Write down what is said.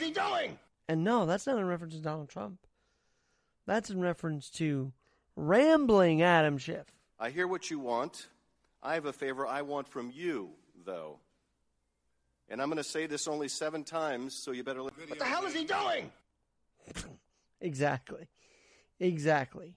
he doing? And no, that's not in reference to Donald Trump. That's in reference to rambling Adam Schiff. I hear what you want. I have a favor I want from you, though. And I'm going to say this only seven times, so you better. What the hell is he doing? Exactly. Exactly.